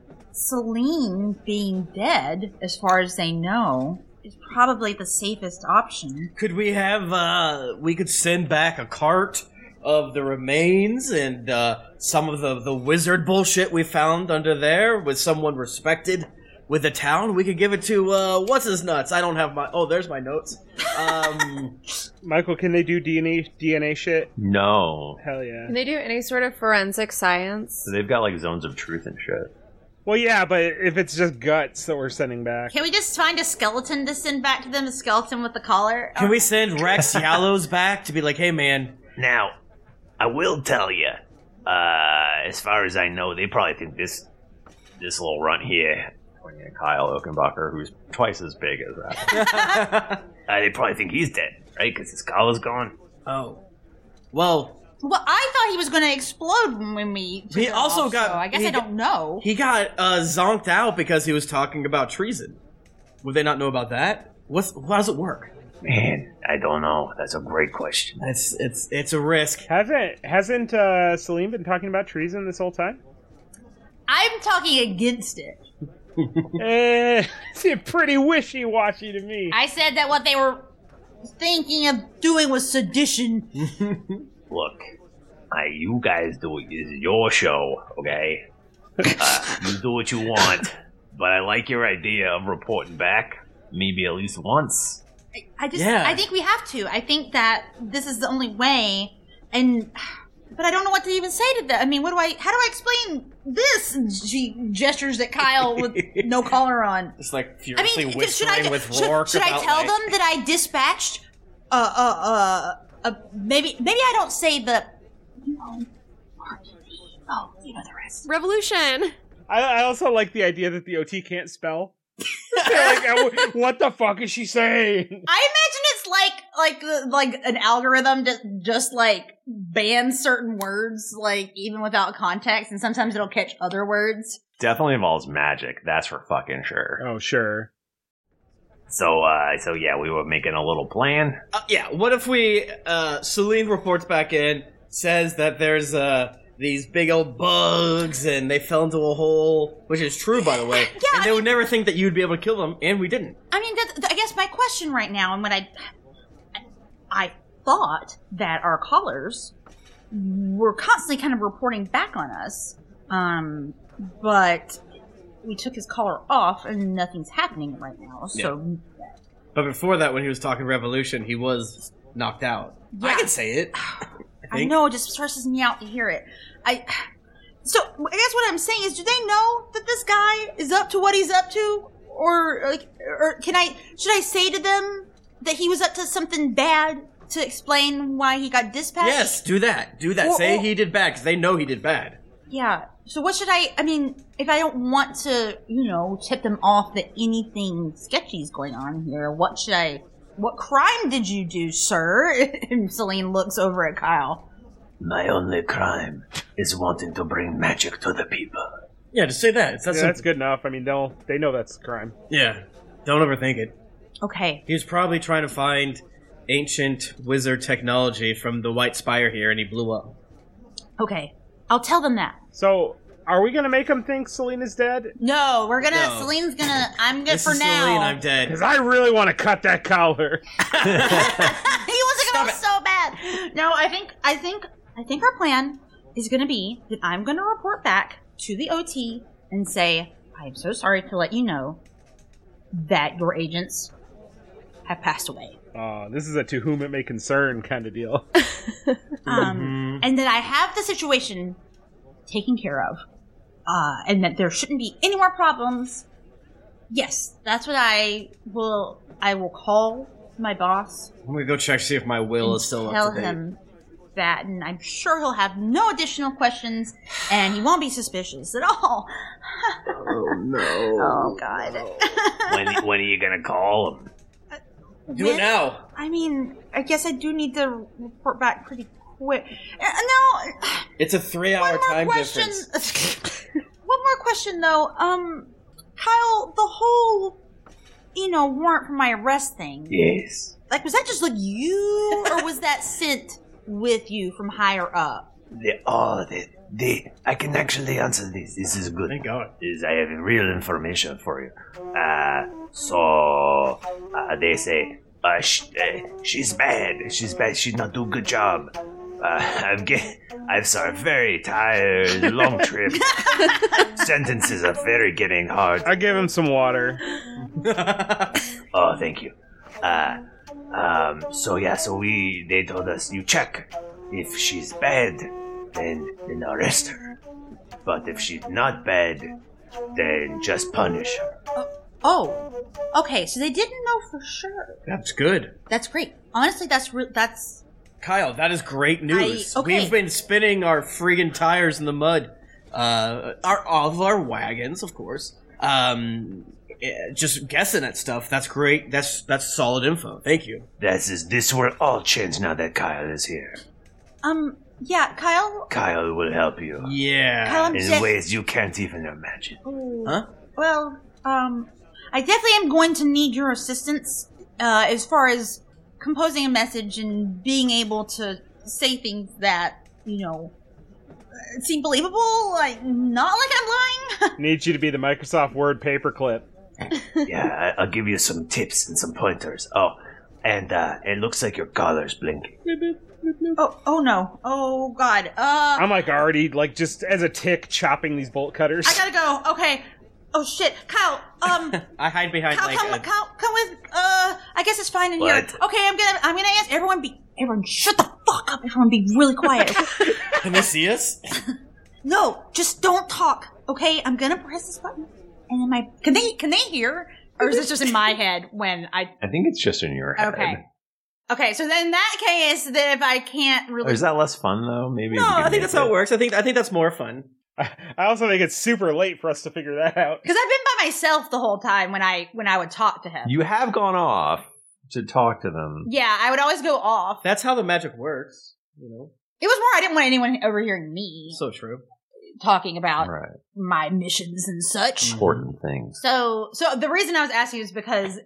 Celine being dead, as far as they know, is probably the safest option. Could we have, uh, we could send back a cart of the remains and, uh, some of the, the wizard bullshit we found under there with someone respected with the town? We could give it to, uh, what's his nuts? I don't have my, oh, there's my notes. Um, Michael, can they do DNA DNA shit? No. Hell yeah. Can they do any sort of forensic science? So they've got like zones of truth and shit. Well, yeah, but if it's just guts that we're sending back, Can we just find a skeleton to send back to them? A skeleton with a collar? can we send Rex Yallows back to be like, hey man, Now, I will tell you, uh, as far as I know, they probably think this this little runt here, pointing at Kyle Okenbacher, who's twice as big as that, uh, they probably think he's dead, right? Because his collar's gone. Oh. Well, Well, I thought he was going to explode when we. took He it also off, got- so I guess he I don't know. he got, uh, zonked out because he was talking about treason. Would they not know about that? What's, how does it work? Man, I don't know. That's a great question. It's it's it's a risk. Hasn't hasn't uh, Celine been talking about treason this whole time? I'm talking against it. Eh, it's pretty wishy washy to me. I said that what they were thinking of doing was sedition. Look, I, you guys do it. This is your show, okay? uh, you do what you want, but I like your idea of reporting back, maybe at least once. I just, Yeah. I think we have to. I think that this is the only way, and but I don't know what to even say to that. I mean, what do I? How do I explain this? And She gestures at Kyle with no collar on. It's like I furiously mean, could- should whispering I d- with should, Rourke should I about, tell like- them that I dispatched? Uh, uh, uh, uh, maybe, maybe I don't say the. Oh, you know the rest. Revolution. I, I also like the idea that the OT can't spell. They're like, "Oh, what the fuck is she saying? I imagine it's like like the- like an algorithm that just like bans certain words like even without context, and sometimes it'll catch other words. Definitely involves magic. That's for fucking sure. Oh, sure. So, uh, so yeah, we were making a little plan. Uh, yeah, what if we uh Celine reports back in says that there's uh these big old bugs and they fell into a hole, which is true by the way. yeah, and they would never think that you'd be able to kill them and we didn't. I mean, that, that- I guess my question right now, and what I I thought that our callers were constantly kind of reporting back on us, um, but we took his collar off, and nothing's happening right now. So But before that when he was talking revolution, he was knocked out. I can say it. I think. know it just stresses me out to hear it. I so I guess what I'm saying is, do they know that this guy is up to what he's up to, or like, or can I should I say to them that he was up to something bad to explain why he got dispatched? Yes, do that. Do that. Or- Say or- he did bad cuz they know he did bad. Yeah. So what should I? I mean, if I don't want to, you know, tip them off that anything sketchy is going on here, what should I? What crime did you do, sir? and Celine looks over at Kyle. My only crime is wanting to bring magic to the people. Yeah, just say that. It's that yeah, simple. that's good enough. I mean, they'll they know that's a crime. Yeah. Don't overthink it. Okay. He was probably trying to find ancient wizard technology from the White Spire here, and he blew up. Okay. I'll tell them that. So, are we gonna make them think Selena's dead? No, we're gonna. No. Celine's gonna. I'm good for now. dead. Because I really want to cut that collar. he wasn't gonna go so bad. No, I think. I think. I think our plan is gonna be that I'm gonna report back to the OT and say I'm so sorry to let you know that your agents have passed away, Oh, this is a to whom it may concern kind of deal. Mm-hmm. um, and that I have the situation taken care of, uh, and that there shouldn't be any more problems. Yes, that's what I will. I will call my boss I'm gonna go check see if my will is still tell up to date. him that, and I'm sure he'll have no additional questions, and he won't be suspicious at all. Oh no! Oh God! when when are you gonna call him? Do it now. I mean, I guess I do need to report back pretty quick. Uh, no, It's a three-hour time question. difference. One more question, though. Um, Kyle, the whole, you know, warrant for my arrest thing. Yes. Like, was that just like you, or was that sent with you from higher up? They, oh, they, they, I can actually answer this. This is good. Thank God. Is I have real information for you. Uh, so uh, they say uh, sh- uh, she's bad. She's bad. She's not do a good job. Uh, I'm get, I'm sorry. Very tired. Long trip. Sentences are very getting hard. I give him some Mm-hmm. water. Oh, thank you. Uh, um, so yeah, so we they told us you check. If she's bad, then then arrest her. But if she's not bad, then just punish her. Oh, okay. So they didn't know for sure. That's good. That's great. Honestly, that's re- that's Kyle, that is great news. okay. We've been spinning our friggin' tires in the mud. Uh, our all of our wagons, of course. Um, eh, just guessing at stuff. That's great. That's that's solid info. Thank you. This is this will all change now that Kyle is here. um yeah, Kyle. Kyle will help you. Yeah. Kyle, I'm in sick. ways you can't even imagine. Huh? Well, um, I definitely am going to need your assistance uh, as far as composing a message and being able to say things that you know seem believable, like not like I'm lying. Needs you to be the Microsoft Word paperclip. yeah, I- I'll give you some tips and some pointers. Oh, and uh, it looks like your collar's blinking. Oh, oh no! Oh God! Uh, I'm like already like just as a tick chopping these bolt cutters. I gotta go. Okay. Oh shit, Kyle. Um, I hide behind Kyle, like come, a- Kyle, come with. Uh, I guess it's fine in here. What? Okay, I'm gonna, I'm gonna ask everyone. Be everyone, shut the fuck up. Everyone, be really quiet. Can they see us? no, just don't talk. Okay, I'm gonna press this button, and then my can they can they hear, or is this just in my head when I? I think it's just in your head. Okay. Okay, so then in that case, then if I can't Or Oh, really, is that less fun though? Maybe. No, I think that's how it works. I think I think that's more fun. I also think it's super late for us to figure that out. because I've been by myself the whole time when I when I would talk to him. You have gone off to talk to them. Yeah, I would always go off. That's how the magic works. You know. It was more I didn't want anyone overhearing me So true. talking about Right. my missions and such. Important things. So, so the reason I was asking is because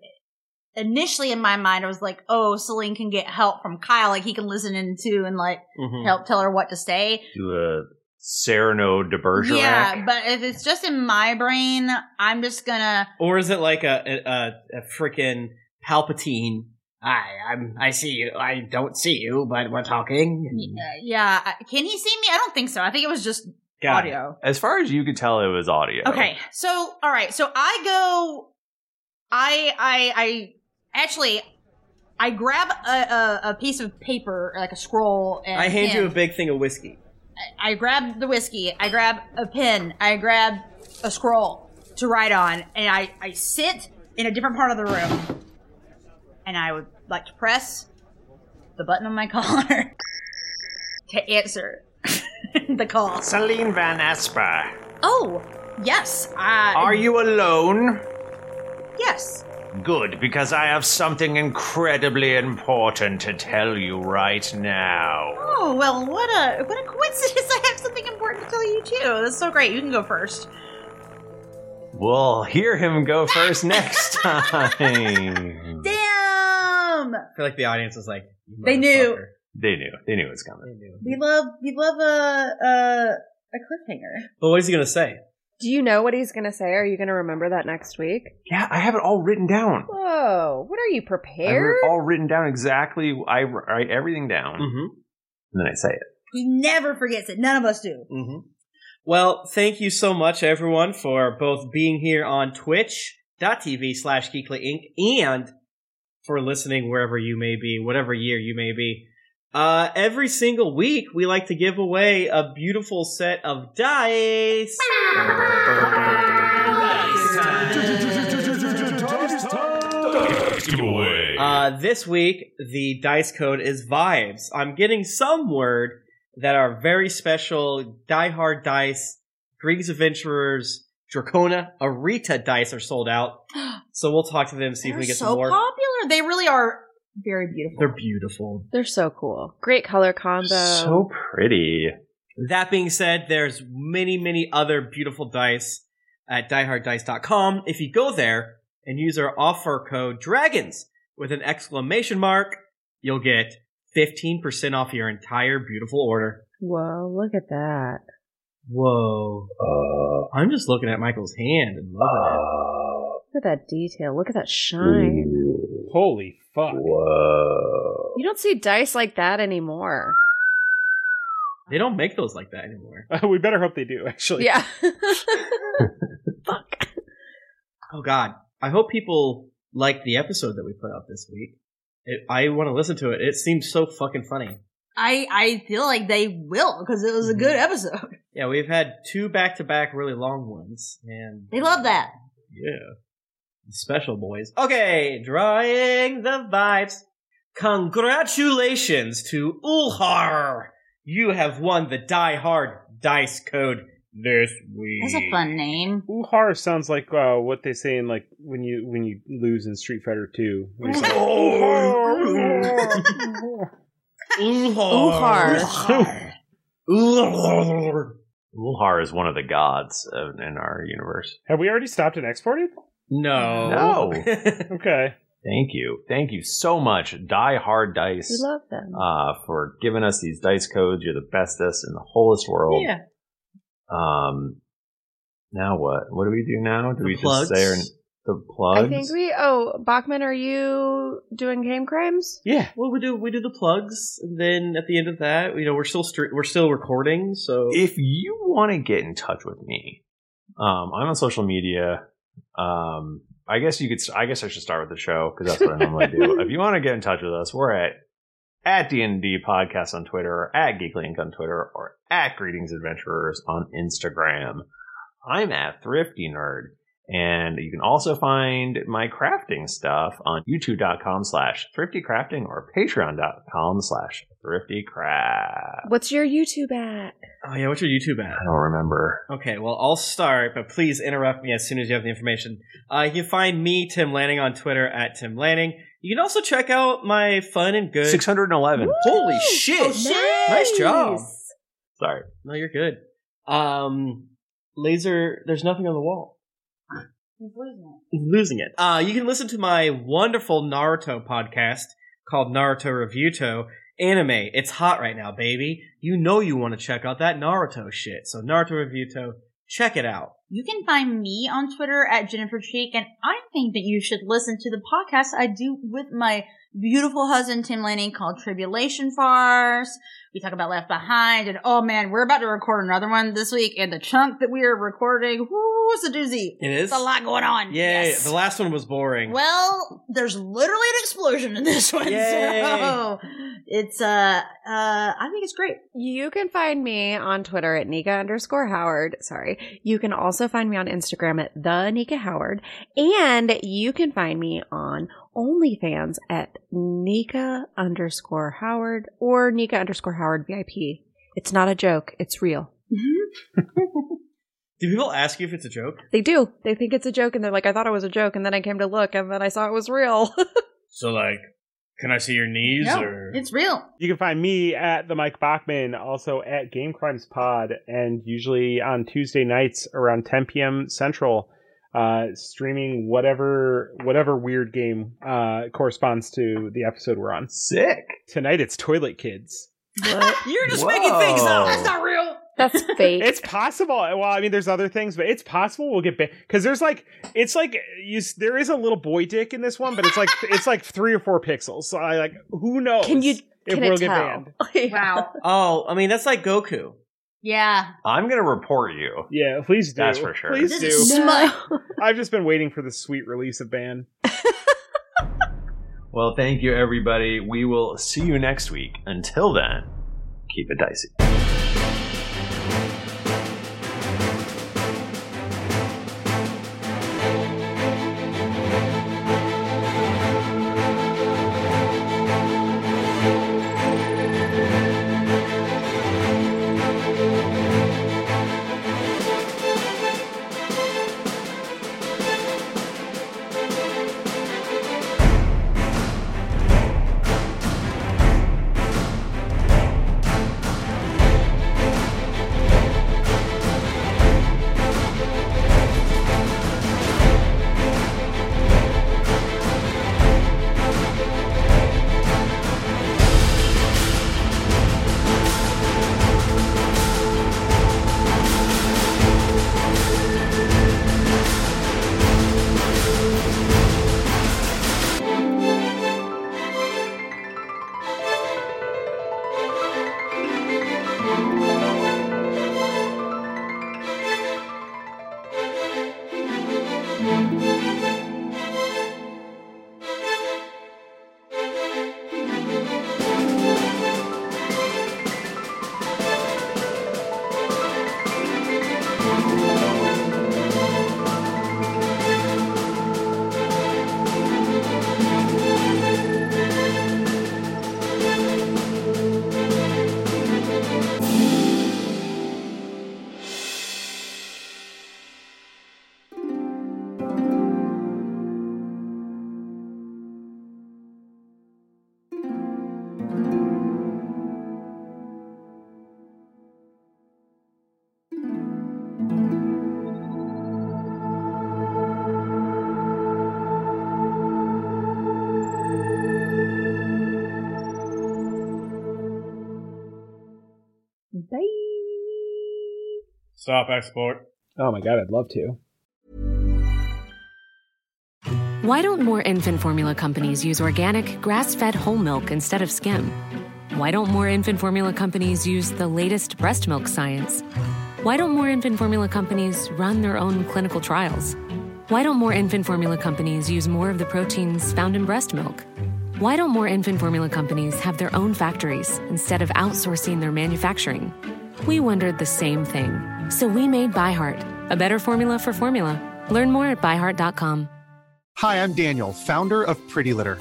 initially in my mind I was like, "Oh, Celine can get help from Kyle. Like he can listen in too and like Mhm. help tell her what to say." Do a Sereno de Bergerac. Yeah, but if it's just in my brain, I'm just gonna. Or is it like a a, a, a freaking Palpatine? I I'm I see you. I don't see you, but we're talking. Uh, yeah, I- can he see me? I don't think so. I think it was just Got it. audio. As far as you could tell, it was audio. Okay. So, all right. So I go. I I I actually I grab a a, a piece of paper like a scroll and I hand you a pen. big thing of whiskey. I grab the whiskey. I grab a pen. I grab a scroll to write on, and I I sit in a different part of the room, and I would like to press the button on my collar to answer the call. Celine Van Asper, Oh yes. I, are you alone? Yes. Good, because I have something incredibly important to tell you right now. Oh well, what a what a coincidence! I have something important to tell you too. That's so great. You can go first. We'll hear him go first next time. Damn! I feel like the audience is like They knew. They knew. They knew it was coming. We love we love a a, a cliffhanger. But what is he gonna say? Do you know what he's going to say? Are you going to remember that next week? Yeah, I have it all written down. Whoa. What are you I have prepared? it all written down exactly. I write everything down, Mm-hmm. and then I say it. He never forgets it. None of us do. Mm-hmm. Well, thank you so much, everyone, for both being here on twitch.tv slash geekly inc and for listening wherever you may be, whatever year you may be. Uh, every single week, we like to give away a beautiful set of dice. Uh, this week, the dice code is vibes. I'm getting some word that our very special diehard dice, Greeks Adventurers, Dracona, Arita dice are sold out. So we'll talk to them, see if we They're get so some more. popular. They really are very beautiful. They're beautiful. They're so cool. Great color combo. So Oh, Pretty. That being said, there's many, many other beautiful dice at dieharddice.com. If you go there and use our offer code DRAGONS with an exclamation mark, you'll get 15% off your entire beautiful order. Whoa, look at that. Whoa. I'm just looking at Michael's hand and loving Look at that detail. Look at that shine. it. Holy fuck. Whoa. You don't see dice like that anymore. They don't make those like that anymore. we better hope they do, actually. Yeah. Oh God! I hope people like the episode that we put out this week. It, I want to listen to it. It seems so fucking funny. I I feel like they will because it was a good episode. Yeah, we've had two back to back really long ones, and They love that. yeah, special boys. Okay, drawing the vibes. Congratulations to Ulhar! You have won the Die Hard Dice Code this week. fun name. Uhar sounds like uh, what they say in like when you when you lose in Street Fighter Two. Uhar. Ulhar is one of the gods of, in our universe. Have we already stopped and exported? No. No. okay. Thank you. Thank you so much, Die Hard Dice. We love them. Uh, for giving us these dice codes. You're the bestest in the wholest world. Yeah. Um, now what? What do we do now? Do we plugs. just say our, the plugs? I think we. Oh, Bachman, are you doing game crimes? Yeah. Well, we do we do the plugs, and then at the end of that, you know, we're still str- we're still recording. So if you want to get in touch with me, um, I'm on social media. Um, I guess you could. I guess I should start with the show because that's what I normally do. If you want to get in touch with us, we're at at D&D Podcast on Twitter, or at Geekly Inc. on Twitter, or at Greetings Adventurers on Instagram. I'm at Thrifty Nerd. And you can also find my crafting stuff on youtube.com slash thriftycrafting or patreon.com slash thriftycraft. What's your YouTube at? oh yeah, what's your YouTube at? I don't remember. Okay, well, I'll start, but please interrupt me as soon as you have the information. Uh, you can find me, Tim Lanning, on Twitter at Tim Lanning. You can also check out my fun and good 611. Holy Oh, shit! Nice job. Sorry. No, you're good. Um, laser. There's nothing on the wall. He's losing it. Uh, you can listen to my wonderful Naruto podcast called Naruto Revuto Anime. It's hot right now, baby. You know you want to check out that Naruto shit. So Naruto Revuto, check it out. You can find me on Twitter at Jennifer Cheek, and I think that you should listen to the podcast I do with my beautiful husband Tim Lanning called Tribulation Farce. We talk about Left Behind, and oh man, we're about to record another one this week, and the chunk that we are recording, whoo, it's a doozy. It is It's a lot going on. Yeah, Yes. the last one was boring. Well, there's literally an explosion in this one. Yay. So it's uh uh I think it's great. You can find me on Twitter at Nika underscore Howard. Sorry. You can also find me on Instagram at the Nika Howard. And you can find me on OnlyFans at Nika underscore Howard or Nika underscore Howard VIP. It's not a joke. It's real. Do people ask you if it's a joke? They do. They think it's a joke and they're like, I thought it was a joke. And then I came to look and then I saw it was real. So like, can I see your knees or? it's real. You can find me at the Mike Bachman, also at Game Crimes Pod, and usually on Tuesday nights around 10 p.m. Central, uh, streaming whatever whatever weird game uh, corresponds to the episode we're on. Sick. Tonight it's Toilet Kids. You're just making things up. That's not real. That's fake. It's possible. Well, I mean, there's other things, but it's possible we'll get banned because there's like it's like you. s- There is a little boy dick in this one, but it's like it's like three or four pixels. So I like who knows? Can you- if can it we'll get tell? banned? Wow. Oh, I mean that's like Goku. Yeah. I'm gonna report you. Yeah, please do. That's for sure. Please This do. is I've just been waiting for the sweet release of ban. Well, thank you, everybody. We will see you next week. Until then, keep it dicey. Stop export. Oh my god, I'd love to. Why don't more infant formula companies use organic, grass fed whole milk instead of skim? Why don't more infant formula companies use the latest breast milk science? Why don't more infant formula companies run their own clinical trials? Why don't more infant formula companies use more of the proteins found in breast milk? Why don't more infant formula companies have their own factories instead of outsourcing their manufacturing? We wondered the same thing. So we made ByHeart, a better formula for formula. Learn more at byheart.com. Hi, I'm Daniel, founder of Pretty Litter.